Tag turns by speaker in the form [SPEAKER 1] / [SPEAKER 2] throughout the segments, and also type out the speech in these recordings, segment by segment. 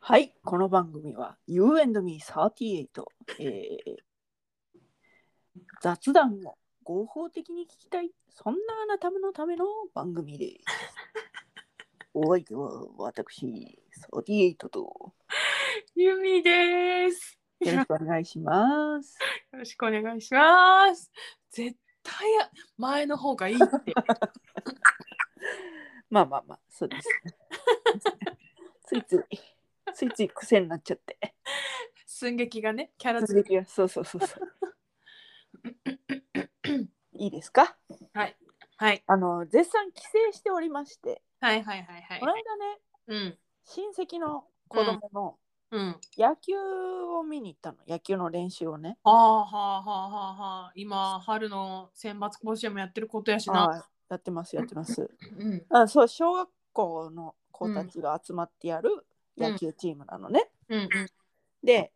[SPEAKER 1] はい、この番組は You and Me38、えー雑談を合法的に聞きたい、そんなあなたのための番組です。お相手は私、38とよ
[SPEAKER 2] ゆみです。
[SPEAKER 1] ろしくお願いします。
[SPEAKER 2] よろしくお願いします。絶対前の方がいい って。
[SPEAKER 1] まあまあまあ、そうですね。 ついつい、ついつい癖になっちゃって。
[SPEAKER 2] 寸劇がね、キャラ付
[SPEAKER 1] 続きが、そうそうそう そう。いいですか
[SPEAKER 2] け。はい。
[SPEAKER 1] あの、絶賛帰省しておりまして、
[SPEAKER 2] はいはいはい
[SPEAKER 1] この
[SPEAKER 2] は
[SPEAKER 1] 間
[SPEAKER 2] い。
[SPEAKER 1] ね、
[SPEAKER 2] うん。
[SPEAKER 1] 親戚の子供の
[SPEAKER 2] うん。
[SPEAKER 1] 野球を見に行ったの、野球の練習をね。
[SPEAKER 2] はあはあはあはあはあ。今、春の選抜甲子園もやってることやしな。
[SPEAKER 1] あやってますやってます。
[SPEAKER 2] うん。
[SPEAKER 1] あそう小学校の子たちが集まってやる野球チームなのね。
[SPEAKER 2] うん
[SPEAKER 1] で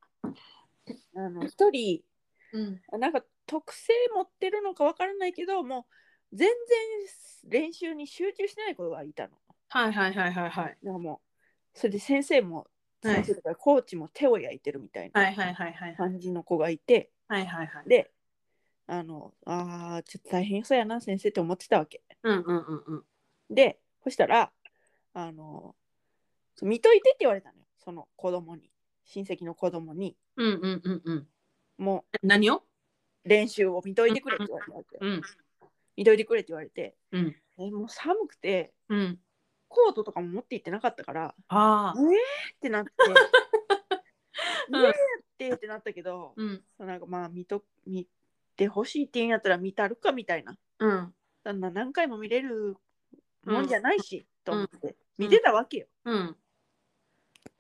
[SPEAKER 1] あの一人
[SPEAKER 2] うん。うん。
[SPEAKER 1] なんか特性持ってるのかわからないけどもう全然練習に集中してない子がいたの。
[SPEAKER 2] はいはいはいはいは
[SPEAKER 1] だ
[SPEAKER 2] い。
[SPEAKER 1] からもうそれで先生も、
[SPEAKER 2] はい
[SPEAKER 1] 先生とかコーチも手を焼いてるみたいな
[SPEAKER 2] はいはいはいはい。
[SPEAKER 1] 感じの子がいて。
[SPEAKER 2] はいはいはい。
[SPEAKER 1] で、あの、あーちょっと大変そうやな、先生って思ってたわけ。
[SPEAKER 2] うんうんうんうん。
[SPEAKER 1] で、そしたら、あの、見といてって言われたのよ、その子供に、親戚の子供に、
[SPEAKER 2] うんうんうんうん。
[SPEAKER 1] も
[SPEAKER 2] 何を
[SPEAKER 1] う練習を見といてくれって言われたわけ。
[SPEAKER 2] うん
[SPEAKER 1] 見といてくれって言われて、
[SPEAKER 2] うん
[SPEAKER 1] えもう寒くて、
[SPEAKER 2] うん。
[SPEAKER 1] コートとかも持って行ってなかったから、え
[SPEAKER 2] ああ。
[SPEAKER 1] ーってなって、
[SPEAKER 2] うん
[SPEAKER 1] えーってってなったけど、
[SPEAKER 2] うん
[SPEAKER 1] なんかまあ見と、見てほしいって言うんやったら見たるかみたいな。
[SPEAKER 2] うん
[SPEAKER 1] そんな何回も見れるもんじゃないし、と思って
[SPEAKER 2] うん
[SPEAKER 1] 見てたわけよ、
[SPEAKER 2] うん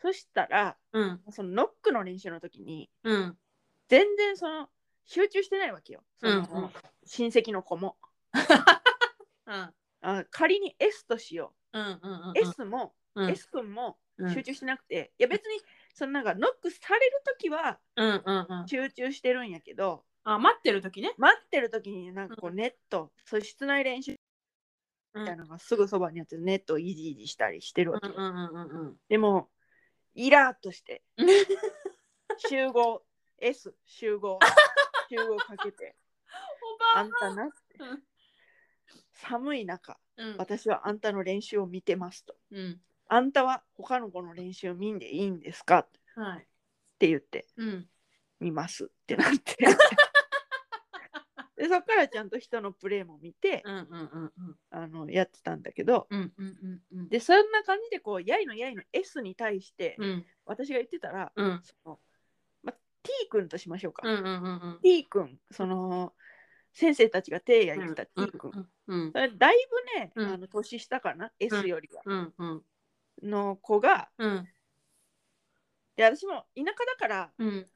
[SPEAKER 1] そしたら
[SPEAKER 2] うん
[SPEAKER 1] そのノックの練習の時に
[SPEAKER 2] うん。
[SPEAKER 1] 全然その集中してないわけよその、
[SPEAKER 2] うんうん
[SPEAKER 1] 親戚の子も
[SPEAKER 2] うん
[SPEAKER 1] あ仮に S としよ
[SPEAKER 2] うんうんうん
[SPEAKER 1] う、。S も、
[SPEAKER 2] うん
[SPEAKER 1] S 君も
[SPEAKER 2] うん
[SPEAKER 1] 集中してなくて、いや別にそのなんかノックされる時は
[SPEAKER 2] うんうんうん。
[SPEAKER 1] 集中してるんやけど
[SPEAKER 2] あ、待ってる時ね。
[SPEAKER 1] 待ってる時になんかこうネット、そういう室内練習
[SPEAKER 2] う
[SPEAKER 1] み
[SPEAKER 2] んう
[SPEAKER 1] たい
[SPEAKER 2] ん
[SPEAKER 1] なのがすぐそばにあってネットをいじいじしたりしてるわけよ、
[SPEAKER 2] うんうん
[SPEAKER 1] でもイラーっと して
[SPEAKER 2] うん。
[SPEAKER 1] 集合 S 集合集合かけてあ
[SPEAKER 2] おば
[SPEAKER 1] んたな
[SPEAKER 2] うん
[SPEAKER 1] 寒い中
[SPEAKER 2] うん
[SPEAKER 1] 私はあんたの練習を見てますと
[SPEAKER 2] うん。
[SPEAKER 1] あんたは他の子の練習を見んでいいんですかっ
[SPEAKER 2] はい。
[SPEAKER 1] て言って
[SPEAKER 2] うん。
[SPEAKER 1] 見ますってなってでそっからちゃんと人のプレーも見て
[SPEAKER 2] うんうんうん
[SPEAKER 1] あのやってたんだけど
[SPEAKER 2] うん。うんうんうん
[SPEAKER 1] でそんな感じでこうやいのやいの S に対して
[SPEAKER 2] うん。
[SPEAKER 1] 私が言ってたら、
[SPEAKER 2] うん
[SPEAKER 1] そのま、T 君としましょうか、
[SPEAKER 2] うんうんうんうん。
[SPEAKER 1] T 君その先生たちが手やいてた T 君、
[SPEAKER 2] うん
[SPEAKER 1] それだいぶね、
[SPEAKER 2] うん
[SPEAKER 1] あの年下かな S よりは、
[SPEAKER 2] うんうん
[SPEAKER 1] の子が
[SPEAKER 2] うん
[SPEAKER 1] で私も田舎だから
[SPEAKER 2] うん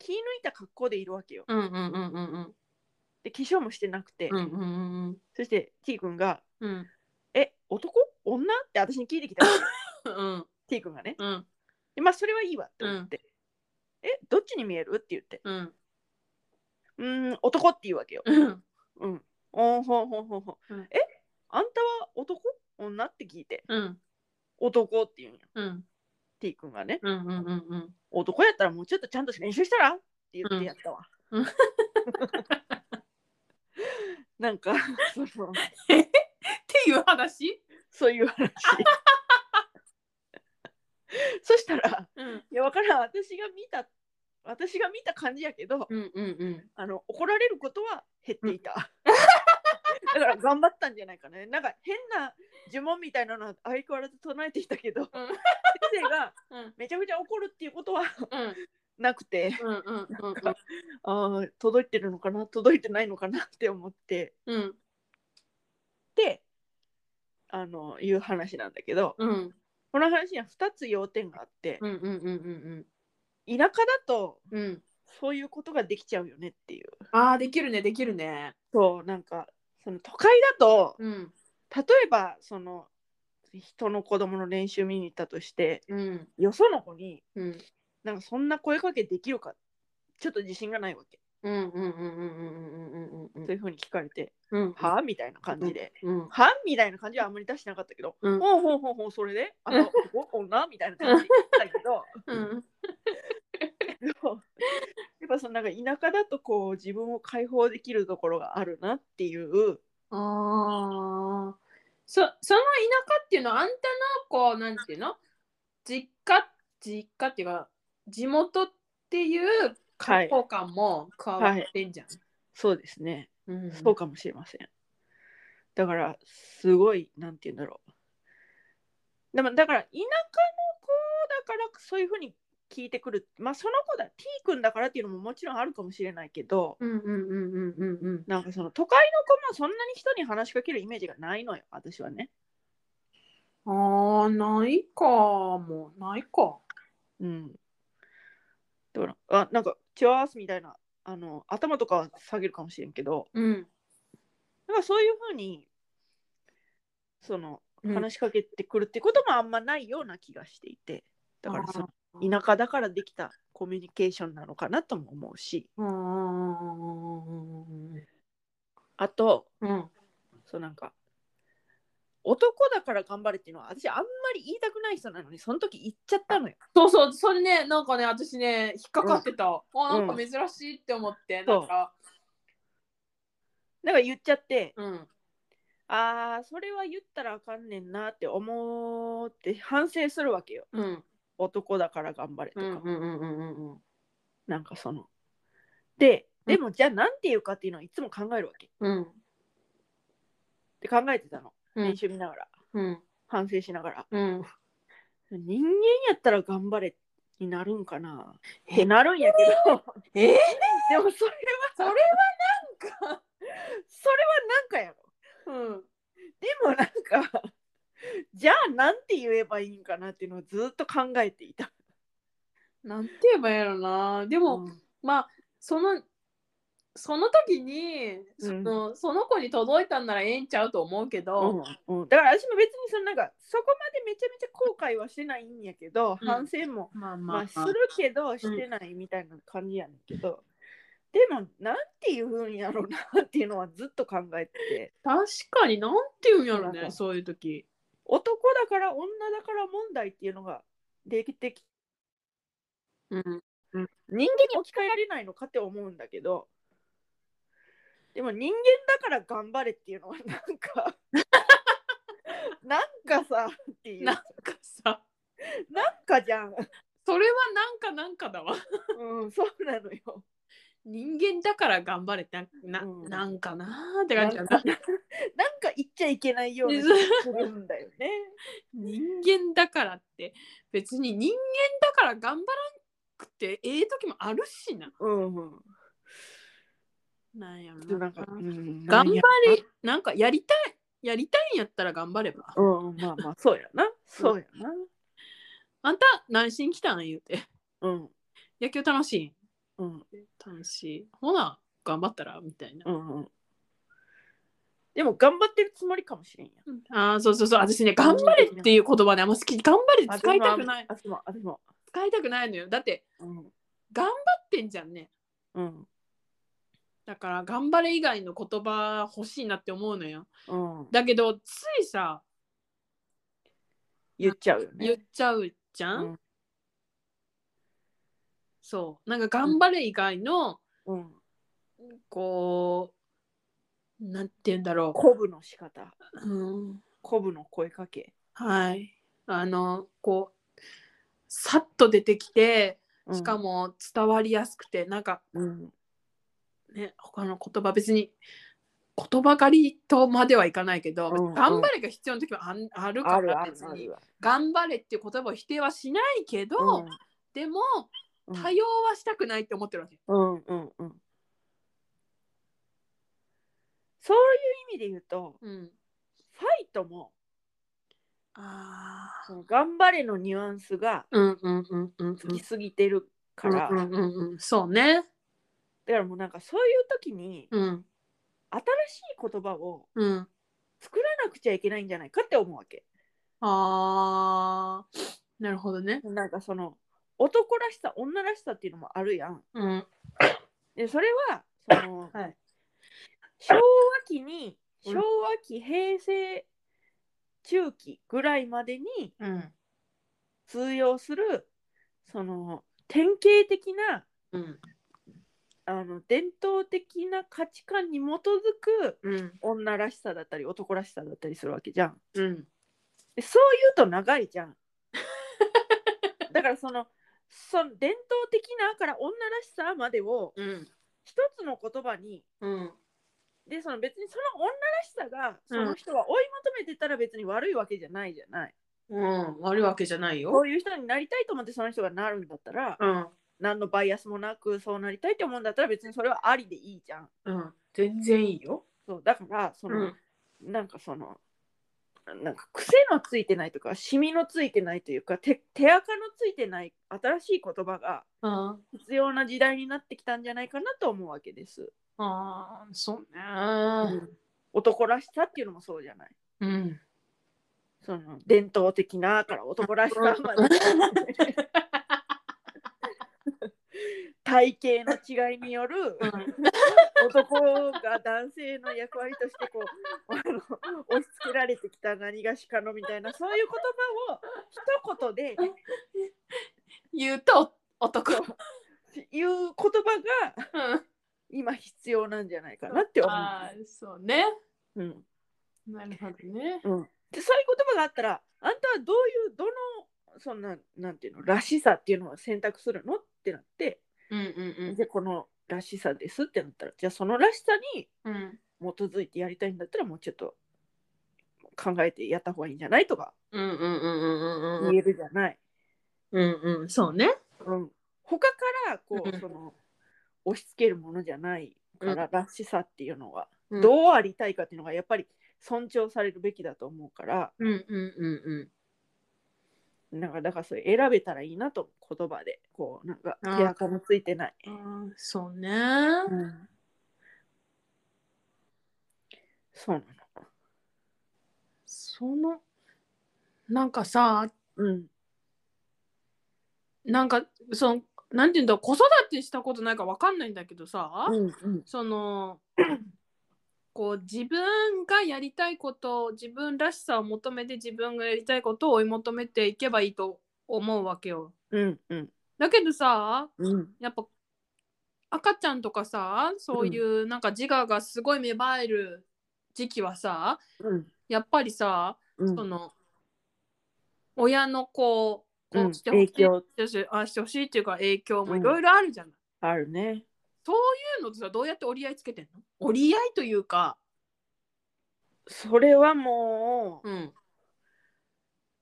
[SPEAKER 1] 気抜いた格好でいるわけよ
[SPEAKER 2] うんうんうんうんうん
[SPEAKER 1] で化粧もしてなくて、
[SPEAKER 2] うんうん
[SPEAKER 1] そして T 君が
[SPEAKER 2] うん
[SPEAKER 1] 「え男女?」って私に聞いてき たわけ
[SPEAKER 2] うん
[SPEAKER 1] T 君がね
[SPEAKER 2] うん
[SPEAKER 1] でまあそれはいいわって思って「えどっちに見える?」って言って
[SPEAKER 2] うん
[SPEAKER 1] 「うーん男」って言うわけよ、
[SPEAKER 2] うん
[SPEAKER 1] うん、おーほんほんほんほん、
[SPEAKER 2] うん
[SPEAKER 1] えあんたは男女って聞いて
[SPEAKER 2] うん
[SPEAKER 1] 「男」って言うんよ
[SPEAKER 2] うん
[SPEAKER 1] T 君がね
[SPEAKER 2] うんうんうんうん
[SPEAKER 1] 男やったらもうちょっとちゃんと練習したらって言ってやったわ。
[SPEAKER 2] うんうん
[SPEAKER 1] なん かその
[SPEAKER 2] っていう話
[SPEAKER 1] そういう話。 そしたら
[SPEAKER 2] うん
[SPEAKER 1] いやわからん私が見た私が見た感じやけど
[SPEAKER 2] うんうんうん
[SPEAKER 1] あの怒られることは減っていた。だから頑張ったんじゃないかね。なんか変な呪文みたいなのは相変わらず唱えてきたけど、先生が
[SPEAKER 2] うん
[SPEAKER 1] めちゃくちゃ怒るっていうことは
[SPEAKER 2] うん
[SPEAKER 1] なくて。
[SPEAKER 2] うんうんうん
[SPEAKER 1] ああ届いてるのかな届いてないのかなって思って
[SPEAKER 2] うん
[SPEAKER 1] であのいう話なんだけど
[SPEAKER 2] うん
[SPEAKER 1] この話には2つ要点があって
[SPEAKER 2] うんうんうんうん
[SPEAKER 1] 田舎だと
[SPEAKER 2] うんうん
[SPEAKER 1] そういうことができちゃうよねっていう
[SPEAKER 2] ああできるねできるね
[SPEAKER 1] そうなんかその都会だと
[SPEAKER 2] うん
[SPEAKER 1] 例えばその人の子供の練習見に行ったとして
[SPEAKER 2] うん
[SPEAKER 1] よその子に
[SPEAKER 2] うん
[SPEAKER 1] なんかそんな声かけできるかちょっと自信がないわけ
[SPEAKER 2] うんうんうんうんうんうんうんうん
[SPEAKER 1] というふうに聞かれて、
[SPEAKER 2] うん
[SPEAKER 1] はあみたいな感じで、
[SPEAKER 2] うん
[SPEAKER 1] はあみたいな感じはあんまり出してなかったけど、
[SPEAKER 2] うん
[SPEAKER 1] ほうほうほうほう、それで、あと、ここ女みたいな感じで言ったけ ど、
[SPEAKER 2] うん
[SPEAKER 1] でもやっぱそのなんか田舎だとこう自分を解放できるところがあるなっていう
[SPEAKER 2] ああそその田舎っていうのはあんたのこうなんていうの実家実家っていうか地元っていう
[SPEAKER 1] はい
[SPEAKER 2] 開放感も加わってんじゃん、
[SPEAKER 1] そうですね、
[SPEAKER 2] うん
[SPEAKER 1] そうかもしれませんだからすごいなんて言うんだろうでもだから田舎の子だからそういうふうに聞いてくるまあその子だ T 君だからっていうのももちろんあるかもしれないけど
[SPEAKER 2] うんうんうんうんうんうん
[SPEAKER 1] なんかその都会の子もそんなに人に話しかけるイメージがないのよ私はね
[SPEAKER 2] ああないかもないか
[SPEAKER 1] うん。だから、あ、なんか、チワースみたいな、あの、頭とかは下げるかもしれんけど、
[SPEAKER 2] うん
[SPEAKER 1] なんかそういうふうに、その、
[SPEAKER 2] うん
[SPEAKER 1] 話しかけてくるってこともあんまないような気がしていて、だからその、田舎だからできたコミュニケーションなのかなとも思うし、
[SPEAKER 2] うんうん
[SPEAKER 1] あと、
[SPEAKER 2] うん
[SPEAKER 1] そうなんか、男だから頑張れっていうのは私あんまり言いたくない人なのにその時言っちゃったのよ。
[SPEAKER 2] そうそうそれねなんかね私ね引っかかってた、あなん
[SPEAKER 1] う
[SPEAKER 2] か
[SPEAKER 1] ん
[SPEAKER 2] 珍しいって思って、
[SPEAKER 1] そう
[SPEAKER 2] なんか
[SPEAKER 1] だから言っちゃって、
[SPEAKER 2] うん
[SPEAKER 1] ああそれは言ったらあかんねんなって思って反省するわけよ
[SPEAKER 2] うん
[SPEAKER 1] 男だから頑張れと
[SPEAKER 2] う
[SPEAKER 1] か、
[SPEAKER 2] んうんうんうんうんうん
[SPEAKER 1] なんかそので
[SPEAKER 2] うん
[SPEAKER 1] でもじゃあなんて言うかっていうのはいつも考えるわけ
[SPEAKER 2] うん
[SPEAKER 1] で考えてたの
[SPEAKER 2] うん
[SPEAKER 1] 練習見ながら、
[SPEAKER 2] うん
[SPEAKER 1] 反省しながら
[SPEAKER 2] うん
[SPEAKER 1] 人間やったら頑張れになるんかなってなるんやけ ど
[SPEAKER 2] えー、
[SPEAKER 1] でもそれは
[SPEAKER 2] それはなんか
[SPEAKER 1] それはなんかやろ
[SPEAKER 2] うん
[SPEAKER 1] でもなんかじゃあなんて言えばいいんかなっていうのをずっと考えていた。
[SPEAKER 2] なんて言えばいいやろなでも、
[SPEAKER 1] うん
[SPEAKER 2] まあそのその時にその,、その子に届いたんならええんちゃうと思うけど、
[SPEAKER 1] うんうん、だから私も別にそのなんかそこまでめちゃめちゃ後悔はしてないんやけど、
[SPEAKER 2] うん
[SPEAKER 1] 反省も、
[SPEAKER 2] まあ
[SPEAKER 1] まあ、するけどしてないみたいな感じやねんけど、でもなんていうふうにやろうなっていうのはずっと考えてて
[SPEAKER 2] 確かになんて言うんやろ
[SPEAKER 1] なん
[SPEAKER 2] ね
[SPEAKER 1] か
[SPEAKER 2] そういう時
[SPEAKER 1] 男だから女だから問題っていうのができてき
[SPEAKER 2] うん
[SPEAKER 1] 人間に置き換えられないのかって思うんだけどでも人間だから頑張れっていうのはなん かなんかさっていう
[SPEAKER 2] なん
[SPEAKER 1] な
[SPEAKER 2] かさ
[SPEAKER 1] んかじゃん、
[SPEAKER 2] それはなんかなんかだわ
[SPEAKER 1] うん、そうなのよ。
[SPEAKER 2] 人間だから頑張れってな,、
[SPEAKER 1] うん
[SPEAKER 2] なんかなーって
[SPEAKER 1] な
[SPEAKER 2] 感
[SPEAKER 1] ん
[SPEAKER 2] じ
[SPEAKER 1] か
[SPEAKER 2] だ
[SPEAKER 1] なん
[SPEAKER 2] な
[SPEAKER 1] か言っちゃいけないような気がするんだよね。
[SPEAKER 2] 人間だからって別に人間だから頑張らんくてええ時もあるしな
[SPEAKER 1] うんうん。
[SPEAKER 2] なんやろ
[SPEAKER 1] でもな
[SPEAKER 2] な
[SPEAKER 1] んか、うん、
[SPEAKER 2] 頑張
[SPEAKER 1] れ。
[SPEAKER 2] れなんかやりたいやりたいんやったら頑張れば
[SPEAKER 1] うん、まあまあ、そうやな。そうやな。
[SPEAKER 2] あんた何しに来たん言うて
[SPEAKER 1] うん、
[SPEAKER 2] 野球楽しい
[SPEAKER 1] うん、
[SPEAKER 2] 楽しいほな頑張ったらみたいな、
[SPEAKER 1] うん、うん。でも、頑張ってるつもりかもしれんや。
[SPEAKER 2] ああそうそうそう私ね頑張れっていう言葉ねあんま好き頑張れ使いたくない
[SPEAKER 1] 私も、私も。
[SPEAKER 2] 使いたくないのよだって
[SPEAKER 1] うん、
[SPEAKER 2] 頑張ってんじゃんね
[SPEAKER 1] うん、
[SPEAKER 2] だから頑張れ以外の言葉欲しいなって思うのよ
[SPEAKER 1] うん。
[SPEAKER 2] だけどついさ
[SPEAKER 1] 言っちゃうよ
[SPEAKER 2] 言っ
[SPEAKER 1] ね。
[SPEAKER 2] ちゃうじゃん、
[SPEAKER 1] うん
[SPEAKER 2] そうなんか頑張れ以外の、
[SPEAKER 1] うん。
[SPEAKER 2] こうなんて言うんだろ
[SPEAKER 1] 鼓舞の仕方、
[SPEAKER 2] う、うん、
[SPEAKER 1] 鼓舞の声かけ。
[SPEAKER 2] はいあのこうさっと出てきて
[SPEAKER 1] うん
[SPEAKER 2] しか。も伝わりやすくて、なんか
[SPEAKER 1] うん、
[SPEAKER 2] ね他の言葉別に言葉狩りとまではいかないけど、
[SPEAKER 1] うんうん
[SPEAKER 2] 頑張れが必要な時もあんある
[SPEAKER 1] あ
[SPEAKER 2] か
[SPEAKER 1] る
[SPEAKER 2] ら
[SPEAKER 1] あ
[SPEAKER 2] 別
[SPEAKER 1] る
[SPEAKER 2] に
[SPEAKER 1] ある。
[SPEAKER 2] 頑張れっていう言葉を否定はしないけど、でも
[SPEAKER 1] うん
[SPEAKER 2] 多様はしたくないって思ってるわけ。
[SPEAKER 1] うんうんうん。そういう意味で言うと、
[SPEAKER 2] うん、
[SPEAKER 1] ファイトも
[SPEAKER 2] ああ。
[SPEAKER 1] その頑張れのニュアンスが
[SPEAKER 2] うんうんうんうんうん。
[SPEAKER 1] つきすぎてるから、
[SPEAKER 2] うんうんうんうん、そうね。
[SPEAKER 1] だからもうなんかそういう時に
[SPEAKER 2] うん
[SPEAKER 1] 新しい言葉を
[SPEAKER 2] うん。
[SPEAKER 1] 作らなくちゃいけないんじゃないかって思うわけ。
[SPEAKER 2] あーなるほどね。
[SPEAKER 1] なんかその男らしさ女らしさっていうのもあるやん。
[SPEAKER 2] うん
[SPEAKER 1] でそれはその
[SPEAKER 2] はい。
[SPEAKER 1] 昭和期に
[SPEAKER 2] うん
[SPEAKER 1] 昭和期平成中期ぐらいまでに
[SPEAKER 2] うん。
[SPEAKER 1] 通用するその典型的な
[SPEAKER 2] うん。
[SPEAKER 1] あの伝統的な価値観に基づく
[SPEAKER 2] うん。
[SPEAKER 1] 女らしさだったり男らしさだったりするわけじゃん。
[SPEAKER 2] うん。
[SPEAKER 1] でそう言うと長いじゃん。だからそのその伝統的なから女らしさまでを
[SPEAKER 2] うん。
[SPEAKER 1] 一つの言葉に
[SPEAKER 2] うん。
[SPEAKER 1] でその別にその女らしさがその人は追い求めてたら別に悪いわけじゃないじゃない。
[SPEAKER 2] うん。悪いわけじゃない
[SPEAKER 1] こ
[SPEAKER 2] よ。
[SPEAKER 1] ういう人になりたいと思ってその人がなるんだったら
[SPEAKER 2] うん。
[SPEAKER 1] 何のバイアスもなくそうなりたいと思うんだったら別にそれはありでいいじゃん。
[SPEAKER 2] うん。全然いいよ。
[SPEAKER 1] そうだからそうの、
[SPEAKER 2] ん。
[SPEAKER 1] なんかそのなんか癖のついてないとかシミのついてないというか手手垢のついてない新しい言葉が
[SPEAKER 2] あ
[SPEAKER 1] 必要な時代になってきたんじゃないかなと思うわけです。
[SPEAKER 2] あ、そうね。
[SPEAKER 1] 男らしさっていうのもそうじゃない。
[SPEAKER 2] うん。
[SPEAKER 1] その伝統的なから男らしさまで体型の違いによる男が男性の役割としてこ うあの押し付けられてきた何がしかのみたいなそういう言葉を一言で
[SPEAKER 2] 言うと男。うん。
[SPEAKER 1] 言う言葉が今必要なんじゃないかなって思
[SPEAKER 2] ああ、そうね。
[SPEAKER 1] う。うん
[SPEAKER 2] なるほど
[SPEAKER 1] で
[SPEAKER 2] ね。
[SPEAKER 1] そういう言葉があったらあんたはどういうどのそんななんていうのらしさっていうのを選択するのってなって
[SPEAKER 2] うんうん
[SPEAKER 1] でこのらしさですってなったらじゃあそのらしさに
[SPEAKER 2] うん。うん。
[SPEAKER 1] 基づいてやりたいんだったらもうちょっと考えてやった方がいいんじゃないとか
[SPEAKER 2] うんうんうんうんうん
[SPEAKER 1] 言えるじゃない。
[SPEAKER 2] うんうんそうね
[SPEAKER 1] うん、他からこ
[SPEAKER 2] うん
[SPEAKER 1] うその押し付けるものじゃないから、らしさっていうのは
[SPEAKER 2] うん
[SPEAKER 1] どうありたいかっていうのがやっぱり尊重されるべきだと思うから
[SPEAKER 2] うんうんうん
[SPEAKER 1] なんかだからそれ選べたらいいなと言葉でこうなんか
[SPEAKER 2] あー
[SPEAKER 1] 手垢のついてない。
[SPEAKER 2] うんあーそうね
[SPEAKER 1] うんそうなの。
[SPEAKER 2] そのなんかさ
[SPEAKER 1] うん
[SPEAKER 2] なんかそのなんていうんだ子育てしたことないからわかんないんだけどさ、
[SPEAKER 1] うんうん
[SPEAKER 2] そのこう自分がやりたいことを自分らしさを求めて自分がやりたいことを追い求めていけばいいと思うわけよ。
[SPEAKER 1] うんうん
[SPEAKER 2] だけどさ
[SPEAKER 1] うん
[SPEAKER 2] やっぱ赤ちゃんとかさそういうなんか自我がすごい芽生える時期はさ
[SPEAKER 1] うん
[SPEAKER 2] やっぱりさ、
[SPEAKER 1] うん
[SPEAKER 2] その親のこうこ
[SPEAKER 1] うん
[SPEAKER 2] うしてほしい、
[SPEAKER 1] 影響
[SPEAKER 2] してあしてほしいっていうか影響も
[SPEAKER 1] うん
[SPEAKER 2] いろいろあるじゃない、
[SPEAKER 1] あるね。
[SPEAKER 2] そういうのとさどうやって折り合いつけてんの折り合いというか、
[SPEAKER 1] それはもう
[SPEAKER 2] うん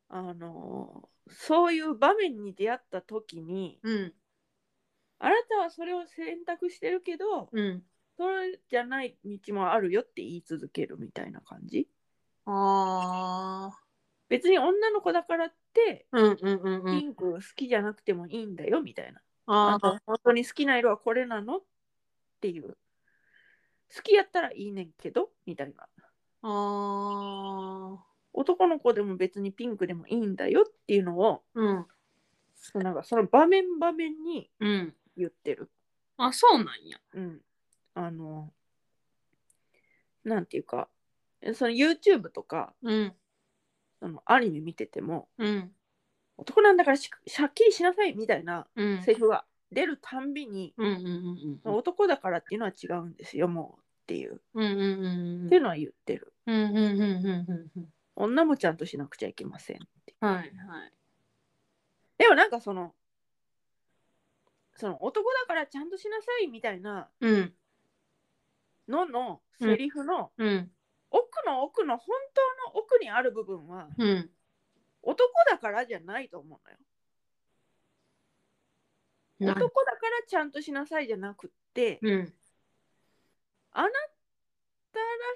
[SPEAKER 1] あのそういう場面に出会った時に
[SPEAKER 2] うん
[SPEAKER 1] あなたはそれを選択してるけど
[SPEAKER 2] うん、
[SPEAKER 1] それじゃない道もあるよって言い続けるみたいな感じ
[SPEAKER 2] あ
[SPEAKER 1] 別に女の子だからって
[SPEAKER 2] ーうんうんうんう
[SPEAKER 1] ピ
[SPEAKER 2] ん
[SPEAKER 1] ンク好きじゃなくてもいいんだよみたいな、あ
[SPEAKER 2] あ
[SPEAKER 1] んた本当に好きな色はこれなのっていう好きやったらいいねんけどみたいな
[SPEAKER 2] ああ
[SPEAKER 1] 男の子でも別にピンクでもいいんだよっていうのを
[SPEAKER 2] うん
[SPEAKER 1] なんかその場面場面に
[SPEAKER 2] うん
[SPEAKER 1] 言ってる
[SPEAKER 2] あそうなんや
[SPEAKER 1] うん、あのなんていうかその YouTube とか
[SPEAKER 2] うん
[SPEAKER 1] そのアニメ見てても
[SPEAKER 2] うん
[SPEAKER 1] 男なんだからししゃっきりしなさいみたいな
[SPEAKER 2] うん
[SPEAKER 1] セリフが出るたんびに、
[SPEAKER 2] うんうんうんうん
[SPEAKER 1] 男だからっていうのは違うんですよもうっていう、
[SPEAKER 2] うんうんうんうん
[SPEAKER 1] っていうのは言ってる
[SPEAKER 2] うんうんうんうんうんうん
[SPEAKER 1] 女もちゃんとしなくちゃいけませんって
[SPEAKER 2] はいはい
[SPEAKER 1] でもなんかそのその男だからちゃんとしなさいみたいな
[SPEAKER 2] うん
[SPEAKER 1] ののセリフの
[SPEAKER 2] うん
[SPEAKER 1] 奥の奥の本当の奥にある部分は
[SPEAKER 2] うん
[SPEAKER 1] 男だからじゃないと思うのよ
[SPEAKER 2] なる
[SPEAKER 1] 男だからちゃんとしなさいじゃなくって、
[SPEAKER 2] うん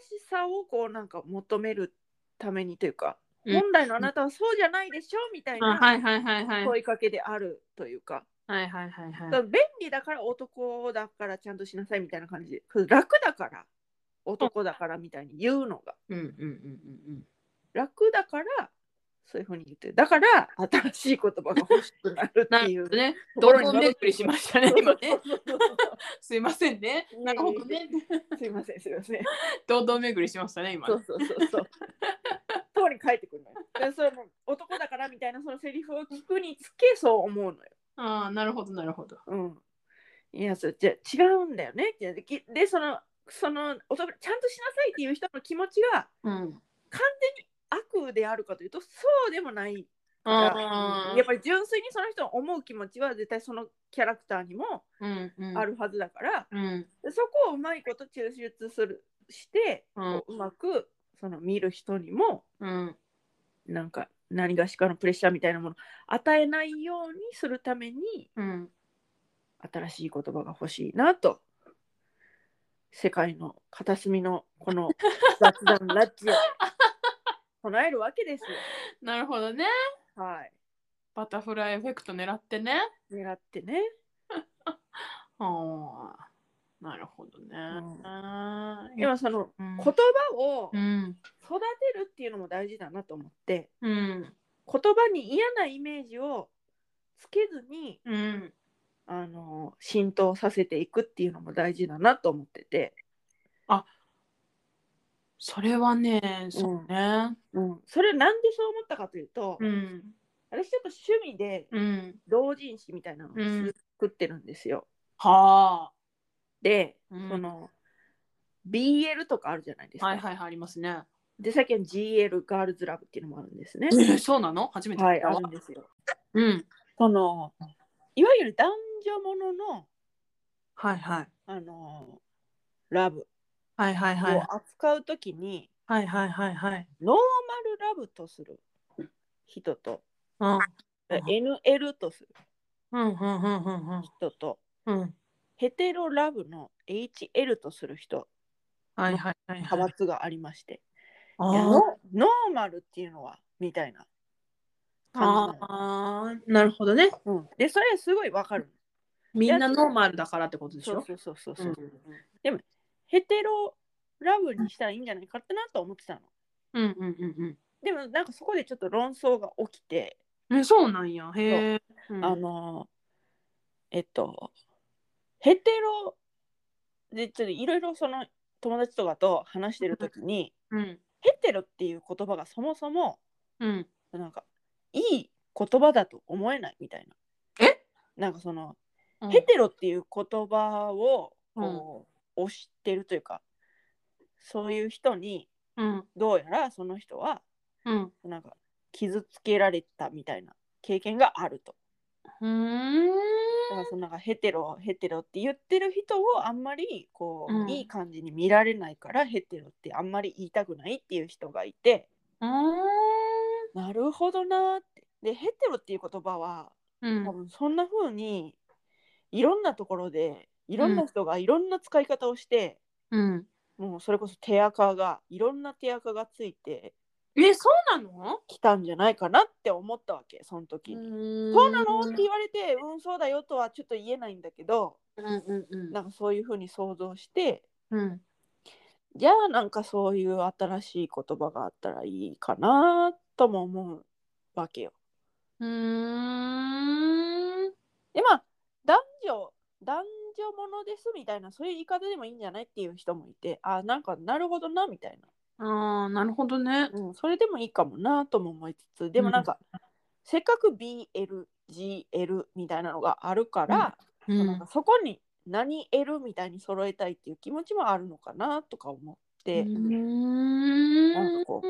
[SPEAKER 1] 新しさをこうなんか求めるためにというか、
[SPEAKER 2] うん
[SPEAKER 1] 本来のあなたはそうじゃないでしょみたい
[SPEAKER 2] あは
[SPEAKER 1] ない
[SPEAKER 2] はいはいはいはい
[SPEAKER 1] 問いかけであるというか、
[SPEAKER 2] はいはいはい
[SPEAKER 1] だ
[SPEAKER 2] は
[SPEAKER 1] か
[SPEAKER 2] い
[SPEAKER 1] ら便利だから男だからちゃんとしなさいみたいな感じ楽だから男だからみたいに言うのが
[SPEAKER 2] うんうんうんうんうん
[SPEAKER 1] 楽だからそういうふうに言ってるだから新しい言葉が欲しくなる
[SPEAKER 2] な
[SPEAKER 1] ってい
[SPEAKER 2] るほ
[SPEAKER 1] う
[SPEAKER 2] ど。ね。
[SPEAKER 1] とこ
[SPEAKER 2] ド
[SPEAKER 1] ろに
[SPEAKER 2] ンびっくりしましたね、 今ね。すいませんね。
[SPEAKER 1] いえいえ
[SPEAKER 2] なんか本当ね、
[SPEAKER 1] すいませんすいません。
[SPEAKER 2] 堂々巡りしましたね、今
[SPEAKER 1] そ。うそうそう そう。通り帰ってくるのよ。でそれも男だからみたいなそのセリフを聞くにつけそう思うのよ。
[SPEAKER 2] ああ、なるほど、なるほど。
[SPEAKER 1] うん。いやそうじゃ違うんだよねってきでそのその男ちゃんとしなさいっていう人の気持ちが
[SPEAKER 2] うん。
[SPEAKER 1] 完全に悪であるかというとそうでもないから
[SPEAKER 2] あ
[SPEAKER 1] やっぱり純粋にその人を思う気持ちは絶対そのキャラクターにも
[SPEAKER 2] うんうん。
[SPEAKER 1] あ。るはずだから、
[SPEAKER 2] うん。
[SPEAKER 1] でそこをうまいこと抽出するして
[SPEAKER 2] うん。
[SPEAKER 1] うまくその見る人にも
[SPEAKER 2] うん。
[SPEAKER 1] なんか何がしかのプレッシャーみたいなもの与えないようにするために
[SPEAKER 2] うん。
[SPEAKER 1] 新しい言葉が欲しいなと世界の片隅のこの雑談ラッ ジを唱えるわけですよ。
[SPEAKER 2] なるほどね。
[SPEAKER 1] はい、
[SPEAKER 2] バタフライエフェクト狙ってね。
[SPEAKER 1] 狙ってね。
[SPEAKER 2] ああ。なるほどね。
[SPEAKER 1] ん
[SPEAKER 2] あー
[SPEAKER 1] 今その
[SPEAKER 2] うん
[SPEAKER 1] 言葉を
[SPEAKER 2] う
[SPEAKER 1] 育
[SPEAKER 2] ん。
[SPEAKER 1] てるっていうのも大事だなと思って
[SPEAKER 2] うん。
[SPEAKER 1] 言葉に嫌なイメージをつけずに
[SPEAKER 2] うん。
[SPEAKER 1] あの浸透させていくっていうのも大事だなと思ってて、
[SPEAKER 2] それはね、そうね。
[SPEAKER 1] うん、それなんでそう思ったかというと、
[SPEAKER 2] うん。
[SPEAKER 1] 私ちょっと趣味で
[SPEAKER 2] うん。
[SPEAKER 1] 同人誌みたいなのを
[SPEAKER 2] うん
[SPEAKER 1] 作ってるんですよ。
[SPEAKER 2] はあ。
[SPEAKER 1] で、
[SPEAKER 2] うん
[SPEAKER 1] その BL とかあるじゃないですか。
[SPEAKER 2] はいはいはい、ありますね。
[SPEAKER 1] で最近は GL ガールズラブっていうのもあるんですね
[SPEAKER 2] え。ーそうなの初めて
[SPEAKER 1] は
[SPEAKER 2] 聞い
[SPEAKER 1] い
[SPEAKER 2] た
[SPEAKER 1] あ
[SPEAKER 2] わ。
[SPEAKER 1] るんですよ。
[SPEAKER 2] うん。
[SPEAKER 3] その
[SPEAKER 1] いわゆる男女ものの
[SPEAKER 2] はいはい。
[SPEAKER 1] あのラブ
[SPEAKER 2] はいはいはい。
[SPEAKER 1] を扱うときに、
[SPEAKER 2] はいはいはいはい。
[SPEAKER 1] ノーマルラブとする人と、
[SPEAKER 2] うん。
[SPEAKER 1] NL とする
[SPEAKER 2] うんうんうんうん
[SPEAKER 1] 人と
[SPEAKER 2] うん。うん。
[SPEAKER 1] ヘテロラブの HL とする人
[SPEAKER 2] はいはいはい
[SPEAKER 1] 派
[SPEAKER 2] はい。
[SPEAKER 1] 閥がありまして、
[SPEAKER 2] あ
[SPEAKER 1] いや
[SPEAKER 2] ー
[SPEAKER 1] ノノーマルっていうのはみたいな感じなの
[SPEAKER 2] あー、なるほどね。
[SPEAKER 1] うん、でそれすごいわかる
[SPEAKER 2] みんなノーマルだからってことでし
[SPEAKER 1] そう
[SPEAKER 2] ょ。
[SPEAKER 1] そうそうそう
[SPEAKER 2] う
[SPEAKER 1] そう、
[SPEAKER 2] ん
[SPEAKER 1] ヘテロラブにしたらいいんじゃないかってなと思ってたの
[SPEAKER 2] うんうんうん
[SPEAKER 1] でもなんかそこでちょっと論争が起きて、
[SPEAKER 2] うん。え、そうなんや。へえ。うん
[SPEAKER 1] あのえっとヘテロでちょっといろいろその友達とかと話してる時に、
[SPEAKER 2] うん
[SPEAKER 1] ヘテロっていう言葉がそもそも
[SPEAKER 2] うん。
[SPEAKER 1] なんかいい言葉だと思えないみたいな。
[SPEAKER 2] え
[SPEAKER 1] なんかその、
[SPEAKER 2] うん
[SPEAKER 1] ヘテロっていう言葉をこう、推してるというかそういう人に
[SPEAKER 2] うん
[SPEAKER 1] どうやらその人は
[SPEAKER 2] うん。
[SPEAKER 1] なんか傷つけられたみたいな経験があると。
[SPEAKER 2] うーん。
[SPEAKER 1] だからそのなんかヘテロヘテロって言ってる人をあんまりこう、
[SPEAKER 2] うん
[SPEAKER 1] いい感じに見られないからヘテロってあんまり言いたくないっていう人がいてなるほどなーって。でヘテロっていう言葉は
[SPEAKER 2] うん
[SPEAKER 1] 多分そんな風にいろんなところでいろんな人がいろんな使い方をして、
[SPEAKER 2] うん。
[SPEAKER 1] もうそれこそ手垢がいろんな手垢がついて
[SPEAKER 2] え、そうなの
[SPEAKER 1] きたんじゃないかなって思ったわけその時に。
[SPEAKER 2] そ
[SPEAKER 1] そうなのって言われてうんそうだよとはちょっと言えないんだけど
[SPEAKER 2] うんうんうん
[SPEAKER 1] なんかそういう風に想像して
[SPEAKER 2] うん。
[SPEAKER 1] じゃあなんかそういう新しい言葉があったらいいかなとも思うわけよ。
[SPEAKER 2] うーん。
[SPEAKER 1] でまあ男女男女ものですみたいなそういう言い方でもいいんじゃないっていう人もいてあなんかなるほどなみたい
[SPEAKER 2] ああ、なるほどね。
[SPEAKER 1] な、うん、それでもいいかもなとも思いつつでもなんか、せっかく BLGL みたいなのがあるから、
[SPEAKER 2] う
[SPEAKER 1] なんかそこに何 L みたいに揃えたいっていう気持ちもあるのかなとか思って、
[SPEAKER 2] ん
[SPEAKER 1] なんかこ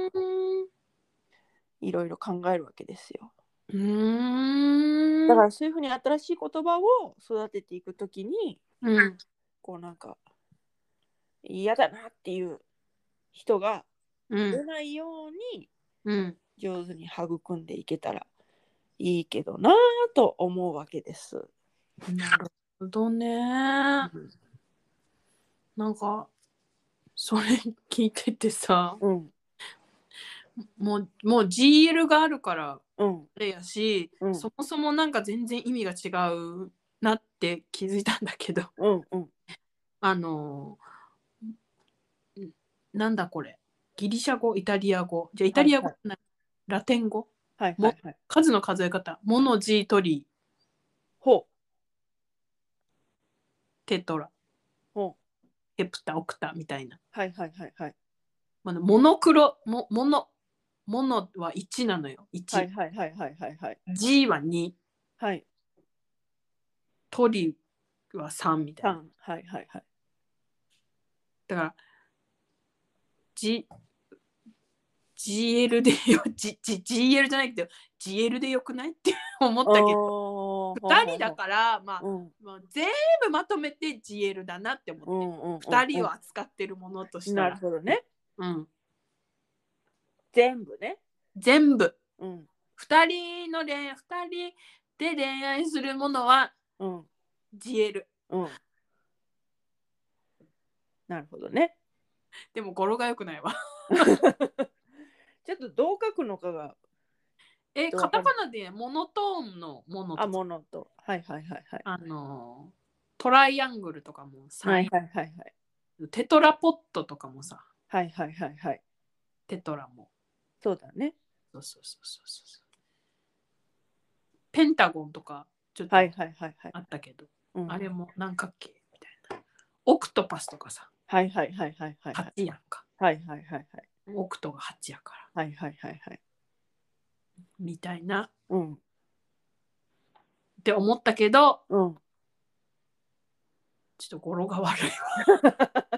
[SPEAKER 1] いろいろ考えるわけですよ。
[SPEAKER 2] うーん。
[SPEAKER 1] だからそういうふうに新しい言葉を育てていくときに
[SPEAKER 2] うん。
[SPEAKER 1] こうなんか嫌だなっていう人が
[SPEAKER 2] う
[SPEAKER 1] 出
[SPEAKER 2] ん。
[SPEAKER 1] ないように
[SPEAKER 2] うん。
[SPEAKER 1] 上手に育んでいけたらいいけどなぁと思うわけです。
[SPEAKER 2] なるほどね。なんか、それ聞いててさ、
[SPEAKER 1] うん
[SPEAKER 2] もう、もう GL があるから、
[SPEAKER 1] うん
[SPEAKER 2] あれやし、
[SPEAKER 1] うん
[SPEAKER 2] そもそもなんか全然意味が違うなって気づいたんだけど、
[SPEAKER 1] うんうん
[SPEAKER 2] あのー、んなんだこれギリシャ語イタリア語じゃあイタリア語じゃないラテン語
[SPEAKER 1] はいはいはい。
[SPEAKER 2] 数の数え方。モノ、ジートリー、
[SPEAKER 1] ほ
[SPEAKER 2] テトラ、
[SPEAKER 1] う。ほ
[SPEAKER 2] ヘプタ、オクタみたいな。
[SPEAKER 1] う。はいはいはいはい。
[SPEAKER 2] まあモノクロ、モモノ、モノは1なのよ。1。
[SPEAKER 1] はいはいはいはいはいはい。
[SPEAKER 2] G は2、
[SPEAKER 1] はい。
[SPEAKER 2] トリは3みたいな。
[SPEAKER 1] 三。はいはいはい。
[SPEAKER 2] だから、G、GL でよ、G、G、GL じゃないけど、GL でよくないって思ったけど、
[SPEAKER 1] おー
[SPEAKER 2] 2人だから、まあ、
[SPEAKER 1] うん
[SPEAKER 2] まあ全部まとめて GL だなって
[SPEAKER 1] う
[SPEAKER 2] 思って、
[SPEAKER 1] んうんうん。
[SPEAKER 2] 二2人を扱ってるものとした
[SPEAKER 1] なる
[SPEAKER 2] ら、
[SPEAKER 1] ほどね。
[SPEAKER 2] うん、
[SPEAKER 1] 全部ね。
[SPEAKER 2] 全部、
[SPEAKER 1] うん
[SPEAKER 2] 2人の恋二人で恋愛するものは
[SPEAKER 1] うん
[SPEAKER 2] GL。
[SPEAKER 1] うん。なるほどね。
[SPEAKER 2] でも語呂が良くないわ。
[SPEAKER 1] ちょっとどう書くのかが、
[SPEAKER 2] え、
[SPEAKER 1] どうわ
[SPEAKER 2] カ
[SPEAKER 1] か
[SPEAKER 2] タ
[SPEAKER 1] んな
[SPEAKER 2] カ
[SPEAKER 1] い
[SPEAKER 2] ナでモノトーンのものと
[SPEAKER 1] あ、
[SPEAKER 2] か
[SPEAKER 1] ものと。はいはいはいはい。
[SPEAKER 2] あのトライアングルとかもさ、
[SPEAKER 1] はいはいはいはい。
[SPEAKER 2] テトラポットとかもさ
[SPEAKER 1] はいはいはいはい。
[SPEAKER 2] テトラも
[SPEAKER 1] そうだね。
[SPEAKER 2] そうそうそうそうそうペンタゴンとかちょっと
[SPEAKER 1] はいはいはいはい
[SPEAKER 2] あ。ったけど、
[SPEAKER 1] うん
[SPEAKER 2] あれも何角形みたいなオクトパスとかさ
[SPEAKER 1] はいはいはいはいはい。はい
[SPEAKER 2] 8やんか
[SPEAKER 1] はいはいはい。
[SPEAKER 2] オクトが8やから
[SPEAKER 1] はいはいはいはい。
[SPEAKER 2] みたいな
[SPEAKER 1] うん
[SPEAKER 2] って思ったけど
[SPEAKER 1] うん。
[SPEAKER 2] ちょっと語呂が悪いわ、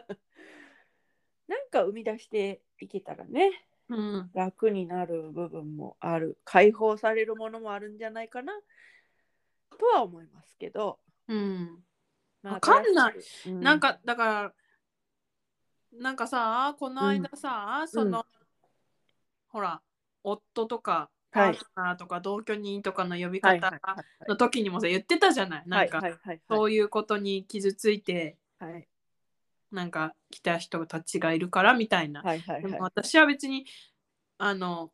[SPEAKER 1] なんか生み出していけたらね、
[SPEAKER 2] うん、
[SPEAKER 1] 楽になる部分もある、解放されるものもあるんじゃないかなとは思いますけど。
[SPEAKER 2] うん、
[SPEAKER 1] まあ
[SPEAKER 2] わかんない。
[SPEAKER 1] 新しくう
[SPEAKER 2] なんかだからなんかさこの間さ、その、ほら夫とかパ
[SPEAKER 1] はい
[SPEAKER 2] ートナーとか同居人とかの呼び
[SPEAKER 1] はいは
[SPEAKER 2] 方
[SPEAKER 1] いはい
[SPEAKER 2] の時にもさ言ってたじゃない、なん
[SPEAKER 1] はい
[SPEAKER 2] か
[SPEAKER 1] はいはい
[SPEAKER 2] そういうことに傷ついて
[SPEAKER 1] はい
[SPEAKER 2] なんか来た人たちがいるからみたいな、
[SPEAKER 1] はいはい
[SPEAKER 2] でも
[SPEAKER 1] はい
[SPEAKER 2] 私は別にあの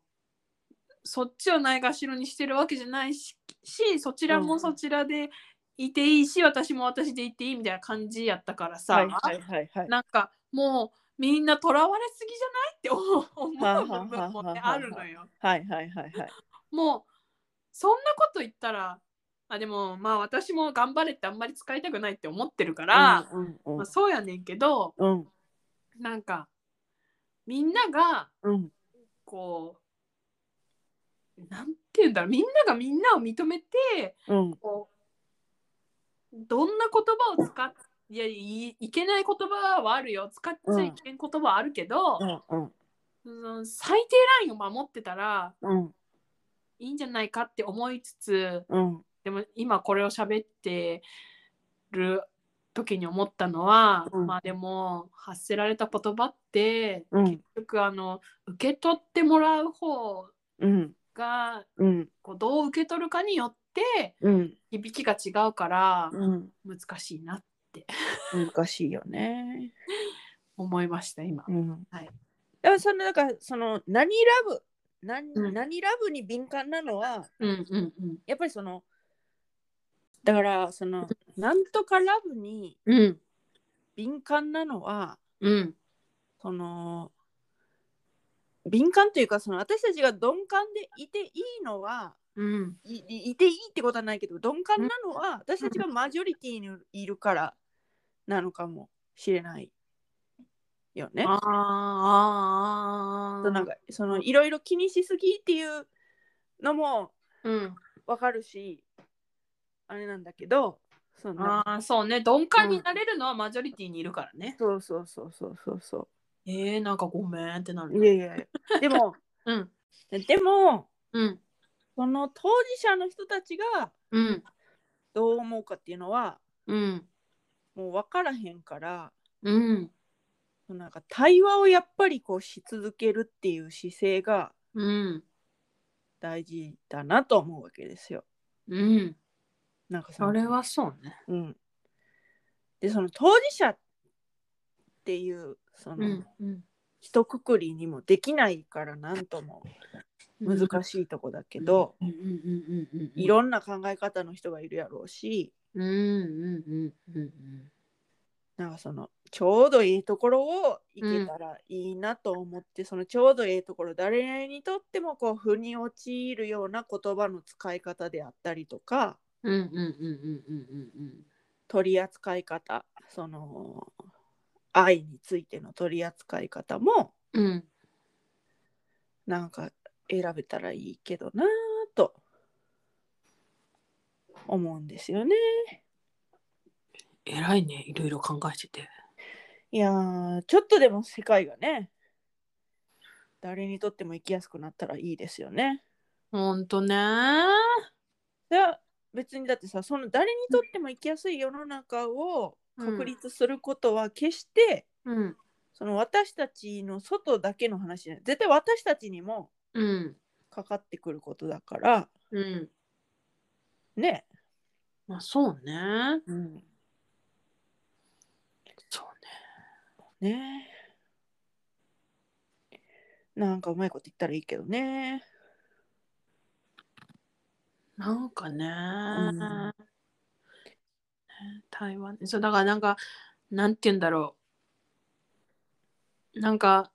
[SPEAKER 2] そっちをないがしろにしてるわけじゃないししそちら
[SPEAKER 1] う
[SPEAKER 2] も
[SPEAKER 1] ん
[SPEAKER 2] そちらでいていいし、私も私でいていいみたいな感じやったからさ、
[SPEAKER 1] はいはいはいはい
[SPEAKER 2] なんかもうみんなとらわれすぎじゃないって思う
[SPEAKER 1] はあはあ
[SPEAKER 2] 思う部分もね
[SPEAKER 1] はあはあ
[SPEAKER 2] あるのよ。
[SPEAKER 1] はいはいはいはい
[SPEAKER 2] もうそんなこと言ったらあでもまあ私も頑張れってあんまり使いたくないって思ってるから、
[SPEAKER 1] うんうん
[SPEAKER 2] まあ、そうやねんけど
[SPEAKER 1] うん
[SPEAKER 2] なんかみんなが
[SPEAKER 1] うん
[SPEAKER 2] こうなんて言うんだろうみんながみんなを認めて
[SPEAKER 1] うん
[SPEAKER 2] こうどんな言葉を使っいやいいけない言葉はあるよ使っちゃいけん言葉はあるけど、
[SPEAKER 1] うんうん
[SPEAKER 2] その最低ラインを守ってたら
[SPEAKER 1] うん
[SPEAKER 2] いいんじゃないかって思いつつ
[SPEAKER 1] うん
[SPEAKER 2] でも今これを喋ってる時に思ったのは、
[SPEAKER 1] うん
[SPEAKER 2] まあでも発せられた言葉って
[SPEAKER 1] うん
[SPEAKER 2] 結局あの受け取ってもらう方
[SPEAKER 1] うん
[SPEAKER 2] が
[SPEAKER 1] うん
[SPEAKER 2] こうどう受け取るかによって
[SPEAKER 1] うん
[SPEAKER 2] 響きが違うから
[SPEAKER 1] うん
[SPEAKER 2] 難しいなって
[SPEAKER 1] 難しいよね
[SPEAKER 2] 思いました今。
[SPEAKER 1] うん
[SPEAKER 2] はい
[SPEAKER 1] でもそのなんかその何ラブ何,、
[SPEAKER 2] うん
[SPEAKER 1] 何ラブに敏感なのは
[SPEAKER 2] うんうんうん
[SPEAKER 1] やっぱりそのだからそのなんとかラブに
[SPEAKER 2] うん
[SPEAKER 1] 敏感なのは
[SPEAKER 2] うん
[SPEAKER 1] その敏感というかその私たちが鈍感でいていいのは
[SPEAKER 2] うん
[SPEAKER 1] いいいていいってことはないけど鈍感なのは私たちがマジョリティにいるからなのかもしれないよね。
[SPEAKER 2] あーあーあー
[SPEAKER 1] なんかそのいろいろ気にしすぎっていうのも
[SPEAKER 2] うん
[SPEAKER 1] わかるしあれなんだけどその
[SPEAKER 2] ああそうね鈍感になれるのはマジョリティにいるからね、
[SPEAKER 1] そうそうそうそうそうそ
[SPEAKER 2] えー、なんかごめんって な
[SPEAKER 1] う
[SPEAKER 2] る
[SPEAKER 1] いやいやいやでも
[SPEAKER 2] うん
[SPEAKER 1] でも
[SPEAKER 2] うん
[SPEAKER 1] その当事者の人たちが
[SPEAKER 2] うん
[SPEAKER 1] どう思うかっていうのは
[SPEAKER 2] うん
[SPEAKER 1] もう分からへんから
[SPEAKER 2] うん
[SPEAKER 1] なんか対話をやっぱりこうし続けるっていう姿勢が
[SPEAKER 2] うん
[SPEAKER 1] 大事だなと思うわけですよ。
[SPEAKER 2] うん
[SPEAKER 1] なんかそ
[SPEAKER 2] そ
[SPEAKER 1] の
[SPEAKER 2] れはそうね
[SPEAKER 1] うん、でその当事者っていうその、
[SPEAKER 2] うん
[SPEAKER 1] 一括りにもできないからなんとも難しいとこだけど、
[SPEAKER 2] うんうんうんうんうん
[SPEAKER 1] いろんな考え方の人がいるやろうし
[SPEAKER 2] うんうんうんうん
[SPEAKER 1] なんかそのちょうどいいところを行けたらいいなと思って、そのちょうどいいところ誰にとってもこう腑に落ちるような言葉の使い方であったりとか
[SPEAKER 2] うんうんうんうんうん
[SPEAKER 1] 取り扱い方その愛についての取り扱い方も
[SPEAKER 2] うんうん。うん。
[SPEAKER 1] なんか選べたらいいけどなぁと思うんですよね。
[SPEAKER 2] 偉いね、いろいろ考えてて。
[SPEAKER 1] いやーちょっとでも世界がね誰にとっても生きやすくなったらいいですよね。
[SPEAKER 2] ほんとね
[SPEAKER 1] いや別にだってさその誰にとっても生きやすい世の中を確立することは決して、
[SPEAKER 2] うん。
[SPEAKER 1] その私たちの外だけの話じゃない絶対私たちにも
[SPEAKER 2] うん。
[SPEAKER 1] かかってくることだから
[SPEAKER 2] うん。
[SPEAKER 1] ね、
[SPEAKER 2] まあそうね。
[SPEAKER 1] うん、
[SPEAKER 2] そうね。
[SPEAKER 1] ねなんかうまいこと言ったらいいけどね
[SPEAKER 2] なんかね、
[SPEAKER 1] ん
[SPEAKER 2] ね台湾そうだからなんかなんて言うんだろうなんか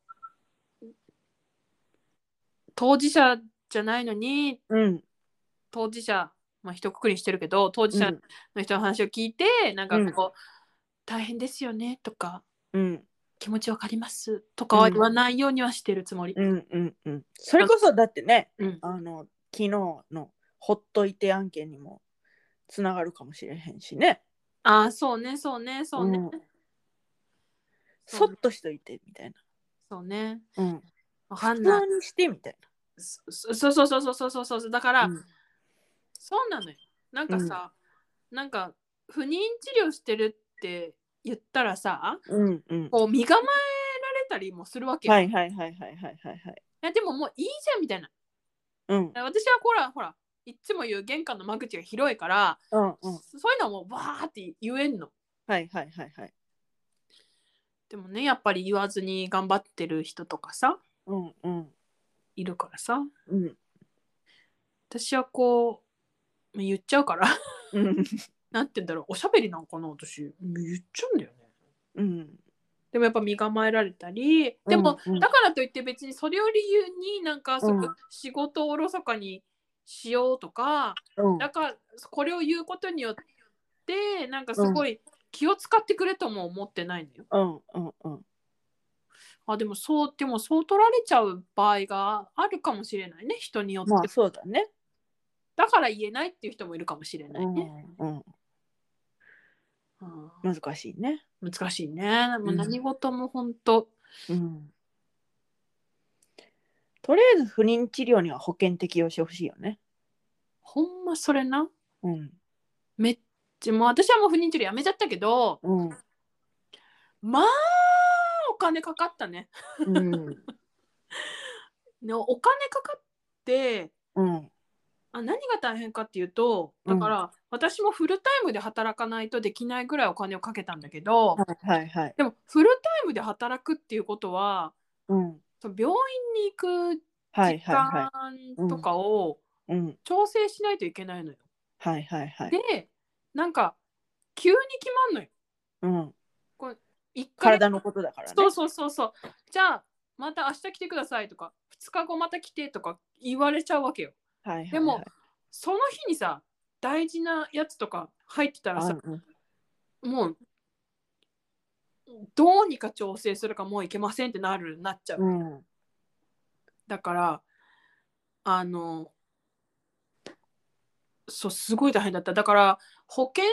[SPEAKER 2] 当事者じゃないのに
[SPEAKER 1] うん
[SPEAKER 2] 当事者まあ一括りにしてるけど当事
[SPEAKER 1] う
[SPEAKER 2] 者
[SPEAKER 1] ん
[SPEAKER 2] の人の話を聞いて、なんかこう、大変ですよねとか
[SPEAKER 1] うん
[SPEAKER 2] 気持ちわかりますとかは言わないようにはしてるつもり。
[SPEAKER 1] うんうんうんそれこそだってね
[SPEAKER 2] うん
[SPEAKER 1] あの昨日のほっといて案件にもつながるかもしれへんしね
[SPEAKER 2] ああそうねそうねそうね、
[SPEAKER 1] うん
[SPEAKER 2] そ
[SPEAKER 1] そうっとしといてみたい
[SPEAKER 2] そうね
[SPEAKER 1] な、うん、
[SPEAKER 2] わかん
[SPEAKER 1] 普
[SPEAKER 2] ない。
[SPEAKER 1] 通にしてみたい
[SPEAKER 2] そそうそうそうそうそうそうそうだから、
[SPEAKER 1] な、うん
[SPEAKER 2] そうなのよなんかさ、なんか不妊治療してるって言ったらさ
[SPEAKER 1] うんうん。
[SPEAKER 2] こう身構えられたりもするわけよ、、
[SPEAKER 1] はいいはいはいはいはいはいはい。
[SPEAKER 2] やでももういいじゃんみたいな
[SPEAKER 1] うん
[SPEAKER 2] 私はほらほらいっつも言う玄関の間口が広いから、
[SPEAKER 1] うんうん。
[SPEAKER 2] そそういうのはもうわーって言えんの
[SPEAKER 1] はいはいはいはい。
[SPEAKER 2] でもねやっぱり言わずに頑張ってる人とかさ
[SPEAKER 1] うんうん
[SPEAKER 2] いるからさ
[SPEAKER 1] うん
[SPEAKER 2] 私はこう言っちゃうから
[SPEAKER 1] うん
[SPEAKER 2] なんて言うんだろうおしゃべりなんかな私言っちゃうんだよね
[SPEAKER 1] うん
[SPEAKER 2] でもやっぱ身構えられたりでも、
[SPEAKER 1] うんうん
[SPEAKER 2] だからといって別にそれを理由になんかそうの
[SPEAKER 1] ん
[SPEAKER 2] 仕事をおろそかにしようとか、
[SPEAKER 1] うん
[SPEAKER 2] だからこれを言うことによってなんかすごい気を使ってくれとも思ってないのよ。
[SPEAKER 1] うんうんうん。
[SPEAKER 2] あでもそうでもそう取られちゃう場合があるかもしれないね人によって、
[SPEAKER 1] まあそうだね。
[SPEAKER 2] だから言えないっていう人もいるかもしれな
[SPEAKER 1] う
[SPEAKER 2] い
[SPEAKER 1] ん
[SPEAKER 2] ね。
[SPEAKER 1] うん。
[SPEAKER 2] うん
[SPEAKER 1] 難しいね。
[SPEAKER 2] 難しいね。もううん何事も本当、
[SPEAKER 1] うん。とりあえず不妊治療には保険適用してほしいよね。
[SPEAKER 2] ほんまそれな。
[SPEAKER 1] うん
[SPEAKER 2] めっちゃもう私はもう不妊治療やめちゃったけど、
[SPEAKER 1] うん
[SPEAKER 2] まあお金かかったね。
[SPEAKER 1] うん
[SPEAKER 2] ねお金かかって
[SPEAKER 1] うん
[SPEAKER 2] あ何が大変かっていうとだから、私もフルタイムで働かないとできないぐらいお金をかけたんだけど、
[SPEAKER 1] はいはいはい。
[SPEAKER 2] でもフルタイムで働くっていうことは
[SPEAKER 1] うん
[SPEAKER 2] その病院に行く
[SPEAKER 1] はい
[SPEAKER 2] 時
[SPEAKER 1] はいは
[SPEAKER 2] 間とかを
[SPEAKER 1] い。うん
[SPEAKER 2] 調整しないといけないのよ。
[SPEAKER 1] はいはいはい。
[SPEAKER 2] でなんか急に決まんのよ。
[SPEAKER 1] うん
[SPEAKER 2] 一回
[SPEAKER 1] 体のことだからね。
[SPEAKER 2] そうそうそうそうじゃあまた明日来てくださいとか2日後また来てとか言われちゃうわけよ。
[SPEAKER 1] はいはいはい。
[SPEAKER 2] でもその日にさ大事なやつとか入ってたら
[SPEAKER 1] あ
[SPEAKER 2] さ、
[SPEAKER 1] うん
[SPEAKER 2] もうどうにか調整するかもういけませんってなるなっちゃう、
[SPEAKER 1] うん
[SPEAKER 2] だからあのそうすごい大変だっただから保険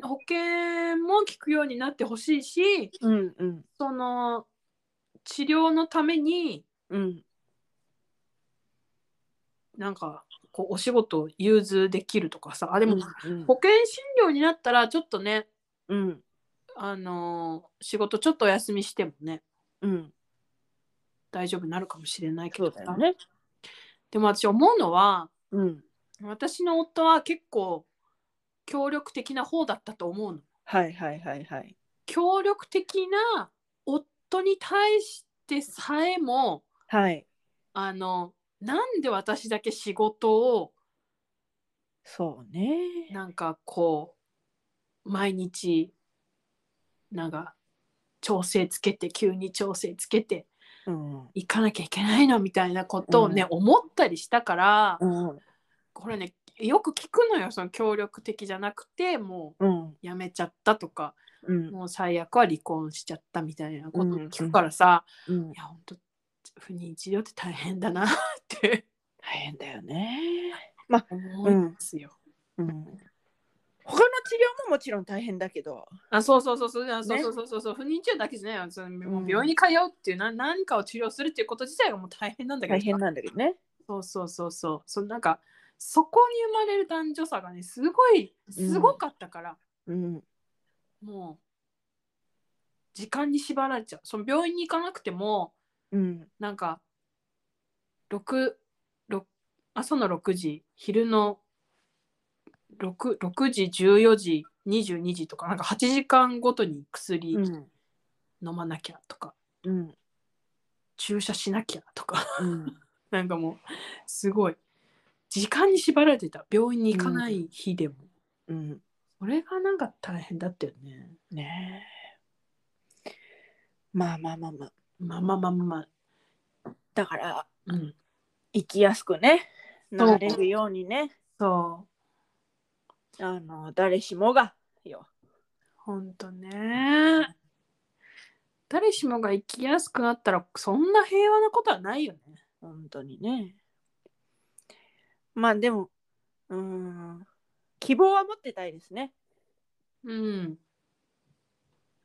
[SPEAKER 2] 診保険も効くようになってほしいし
[SPEAKER 1] うんうん
[SPEAKER 2] その治療のために
[SPEAKER 1] うん
[SPEAKER 2] なんかこうお仕事を融通できるとかさあでも、
[SPEAKER 1] うん
[SPEAKER 2] 保険診療になったらちょっとね
[SPEAKER 1] うん
[SPEAKER 2] あのー仕事ちょっとお休みしてもね
[SPEAKER 1] うん
[SPEAKER 2] 大丈夫になるかもしれないけ
[SPEAKER 1] そ
[SPEAKER 2] ど
[SPEAKER 1] うだよね。
[SPEAKER 2] でも私思うのは
[SPEAKER 1] うん
[SPEAKER 2] 私の夫は結構協力的な方だったと思うの
[SPEAKER 1] はいはいはいはい。
[SPEAKER 2] 協力的な夫に対してさえも
[SPEAKER 1] はい
[SPEAKER 2] あのなんで私だけ仕事を
[SPEAKER 1] そうね。
[SPEAKER 2] なんかこう毎日なんか調整つけて急に調整つけて
[SPEAKER 1] うん
[SPEAKER 2] 行かなきゃいけないのみたいなことをね、
[SPEAKER 1] うん
[SPEAKER 2] 思ったりしたから、
[SPEAKER 1] うん
[SPEAKER 2] これねよく聞くのよその協力的じゃなくても
[SPEAKER 1] うん
[SPEAKER 2] うやめちゃったとか
[SPEAKER 1] うん
[SPEAKER 2] もう最悪は離婚しちゃったみたいなこと聞くからさ、
[SPEAKER 1] うん
[SPEAKER 2] いや本当不妊治療って大変だなって
[SPEAKER 1] 大変だよね。
[SPEAKER 2] 思うんですよ。
[SPEAKER 1] うん
[SPEAKER 4] 他の治療ももちろん大変だけど、
[SPEAKER 2] あそうそうそうそう、あそうそうそうそうそう不妊治療だけじゃないよそのもう病院に通うっていうな何かを治療するっていうこと自体がもう大変なんだけど
[SPEAKER 4] 大変なんだけどね。
[SPEAKER 2] そうそうそうそうそのなんかそこに生まれる男女差がねすごいすごかったから、
[SPEAKER 1] うん
[SPEAKER 2] もう時間に縛られちゃうその病院に行かなくても
[SPEAKER 1] うん
[SPEAKER 2] なんか6朝の6時昼の 6, 6時14時22時とかなんか8時間ごとに薬
[SPEAKER 1] う
[SPEAKER 2] 飲
[SPEAKER 1] ん
[SPEAKER 2] まなきゃとか、
[SPEAKER 1] うん
[SPEAKER 2] 注射しなきゃとか
[SPEAKER 1] うん
[SPEAKER 2] なんかもうすごい時間に縛られてた病院に行かない日でも、
[SPEAKER 1] うん
[SPEAKER 2] それがなんか大変だったよね
[SPEAKER 1] ねえまあまあまあまあ
[SPEAKER 2] まあまあまあまあ、
[SPEAKER 1] だから
[SPEAKER 2] うん、
[SPEAKER 1] 生きやすくね
[SPEAKER 4] そう
[SPEAKER 1] なれるようにね
[SPEAKER 2] そう
[SPEAKER 1] あの誰しもがよ。
[SPEAKER 2] ほんとね。誰しもが生きやすくなったらそんな平和なことはないよね。
[SPEAKER 1] 本当にね。まあでも、うーん、希望は持ってたいですね。
[SPEAKER 2] うん。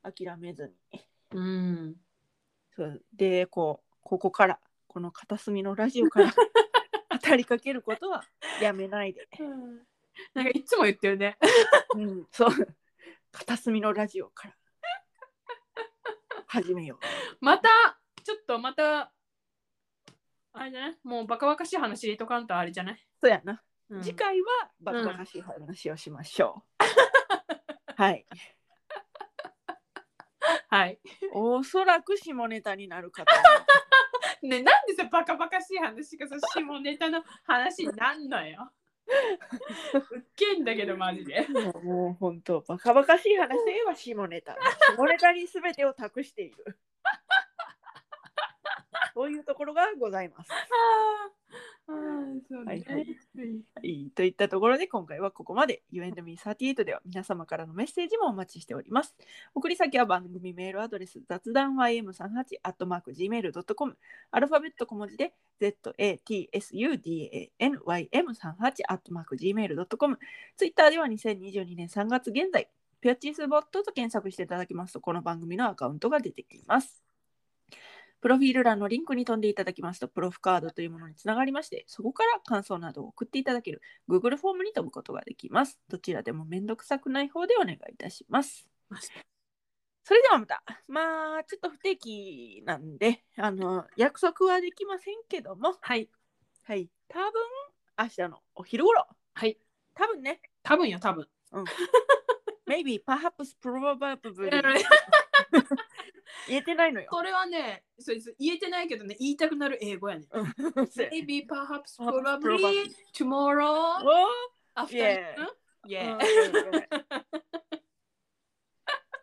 [SPEAKER 1] 諦めずに。
[SPEAKER 2] うん。
[SPEAKER 1] そうで、こう、ここから、この片隅のラジオから 語りかけることはやめないで。
[SPEAKER 2] なんかいつも言ってるね。
[SPEAKER 1] うん、そう。片隅のラジオから始めよ
[SPEAKER 2] またちょっとまたあれじゃないもうバカバカしい話入れとかんとあれじゃない、
[SPEAKER 1] う。そうやな。
[SPEAKER 2] うん
[SPEAKER 1] 次回はバカバカしい話をしましょう。 はい。
[SPEAKER 2] はい。
[SPEAKER 1] おそらく下ネタになるかと思う。
[SPEAKER 2] ねなんでさバカバカしい話がさ下ネタの話になんのよ。うっけんだけどマジで。
[SPEAKER 4] もうもう本当バカバカしい話といえば下ネタ。下ネタに全てを託している。そういうところがございます。
[SPEAKER 2] あーあー、そう
[SPEAKER 1] は
[SPEAKER 2] ね。
[SPEAKER 1] いはい、といったところで今回はここまで You and me38 では皆様からのメッセージもお待ちしております。送り先は番組メールアドレス雑談 ym38-gmail.com アルファベット小文字で zatsudanym38-gmail.com ツイッターでは2022年3月現在ピュアチーズボットと検索していただきますとこの番組のアカウントが出てきます。プロフィール欄のリンクに飛んでいただきますと、プロフカードというものにつながりまして、そこから感想などを送っていただける Google フォームに飛ぶことができます。どちらでもめんどくさくない方でお願いいたします。それではまた、まあ、ちょっと不定期なんで、あの、約束はできませんけども、
[SPEAKER 2] はい。
[SPEAKER 1] はい、多分明日のお昼頃、
[SPEAKER 2] はい。
[SPEAKER 1] 多分ね、
[SPEAKER 2] 多分よ多分。
[SPEAKER 1] maybe, perhaps, probably 言えてないのよ。
[SPEAKER 2] それはねそうです言えてないけどね言いたくなる英語やね。
[SPEAKER 1] うん
[SPEAKER 2] Maybe
[SPEAKER 1] Perhaps,
[SPEAKER 2] perhaps probably
[SPEAKER 1] probably.
[SPEAKER 2] tomorrow
[SPEAKER 1] おー
[SPEAKER 2] after
[SPEAKER 1] Yeah.
[SPEAKER 2] yeah
[SPEAKER 1] Oh,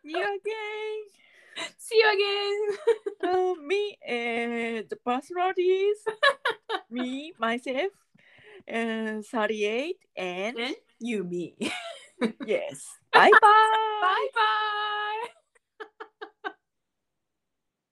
[SPEAKER 1] you again.
[SPEAKER 2] see you again
[SPEAKER 1] Uh, me, uh, the personalities, me, myself, uh, 38, and
[SPEAKER 2] and you me
[SPEAKER 1] yes. Bye bye.
[SPEAKER 2] bye bye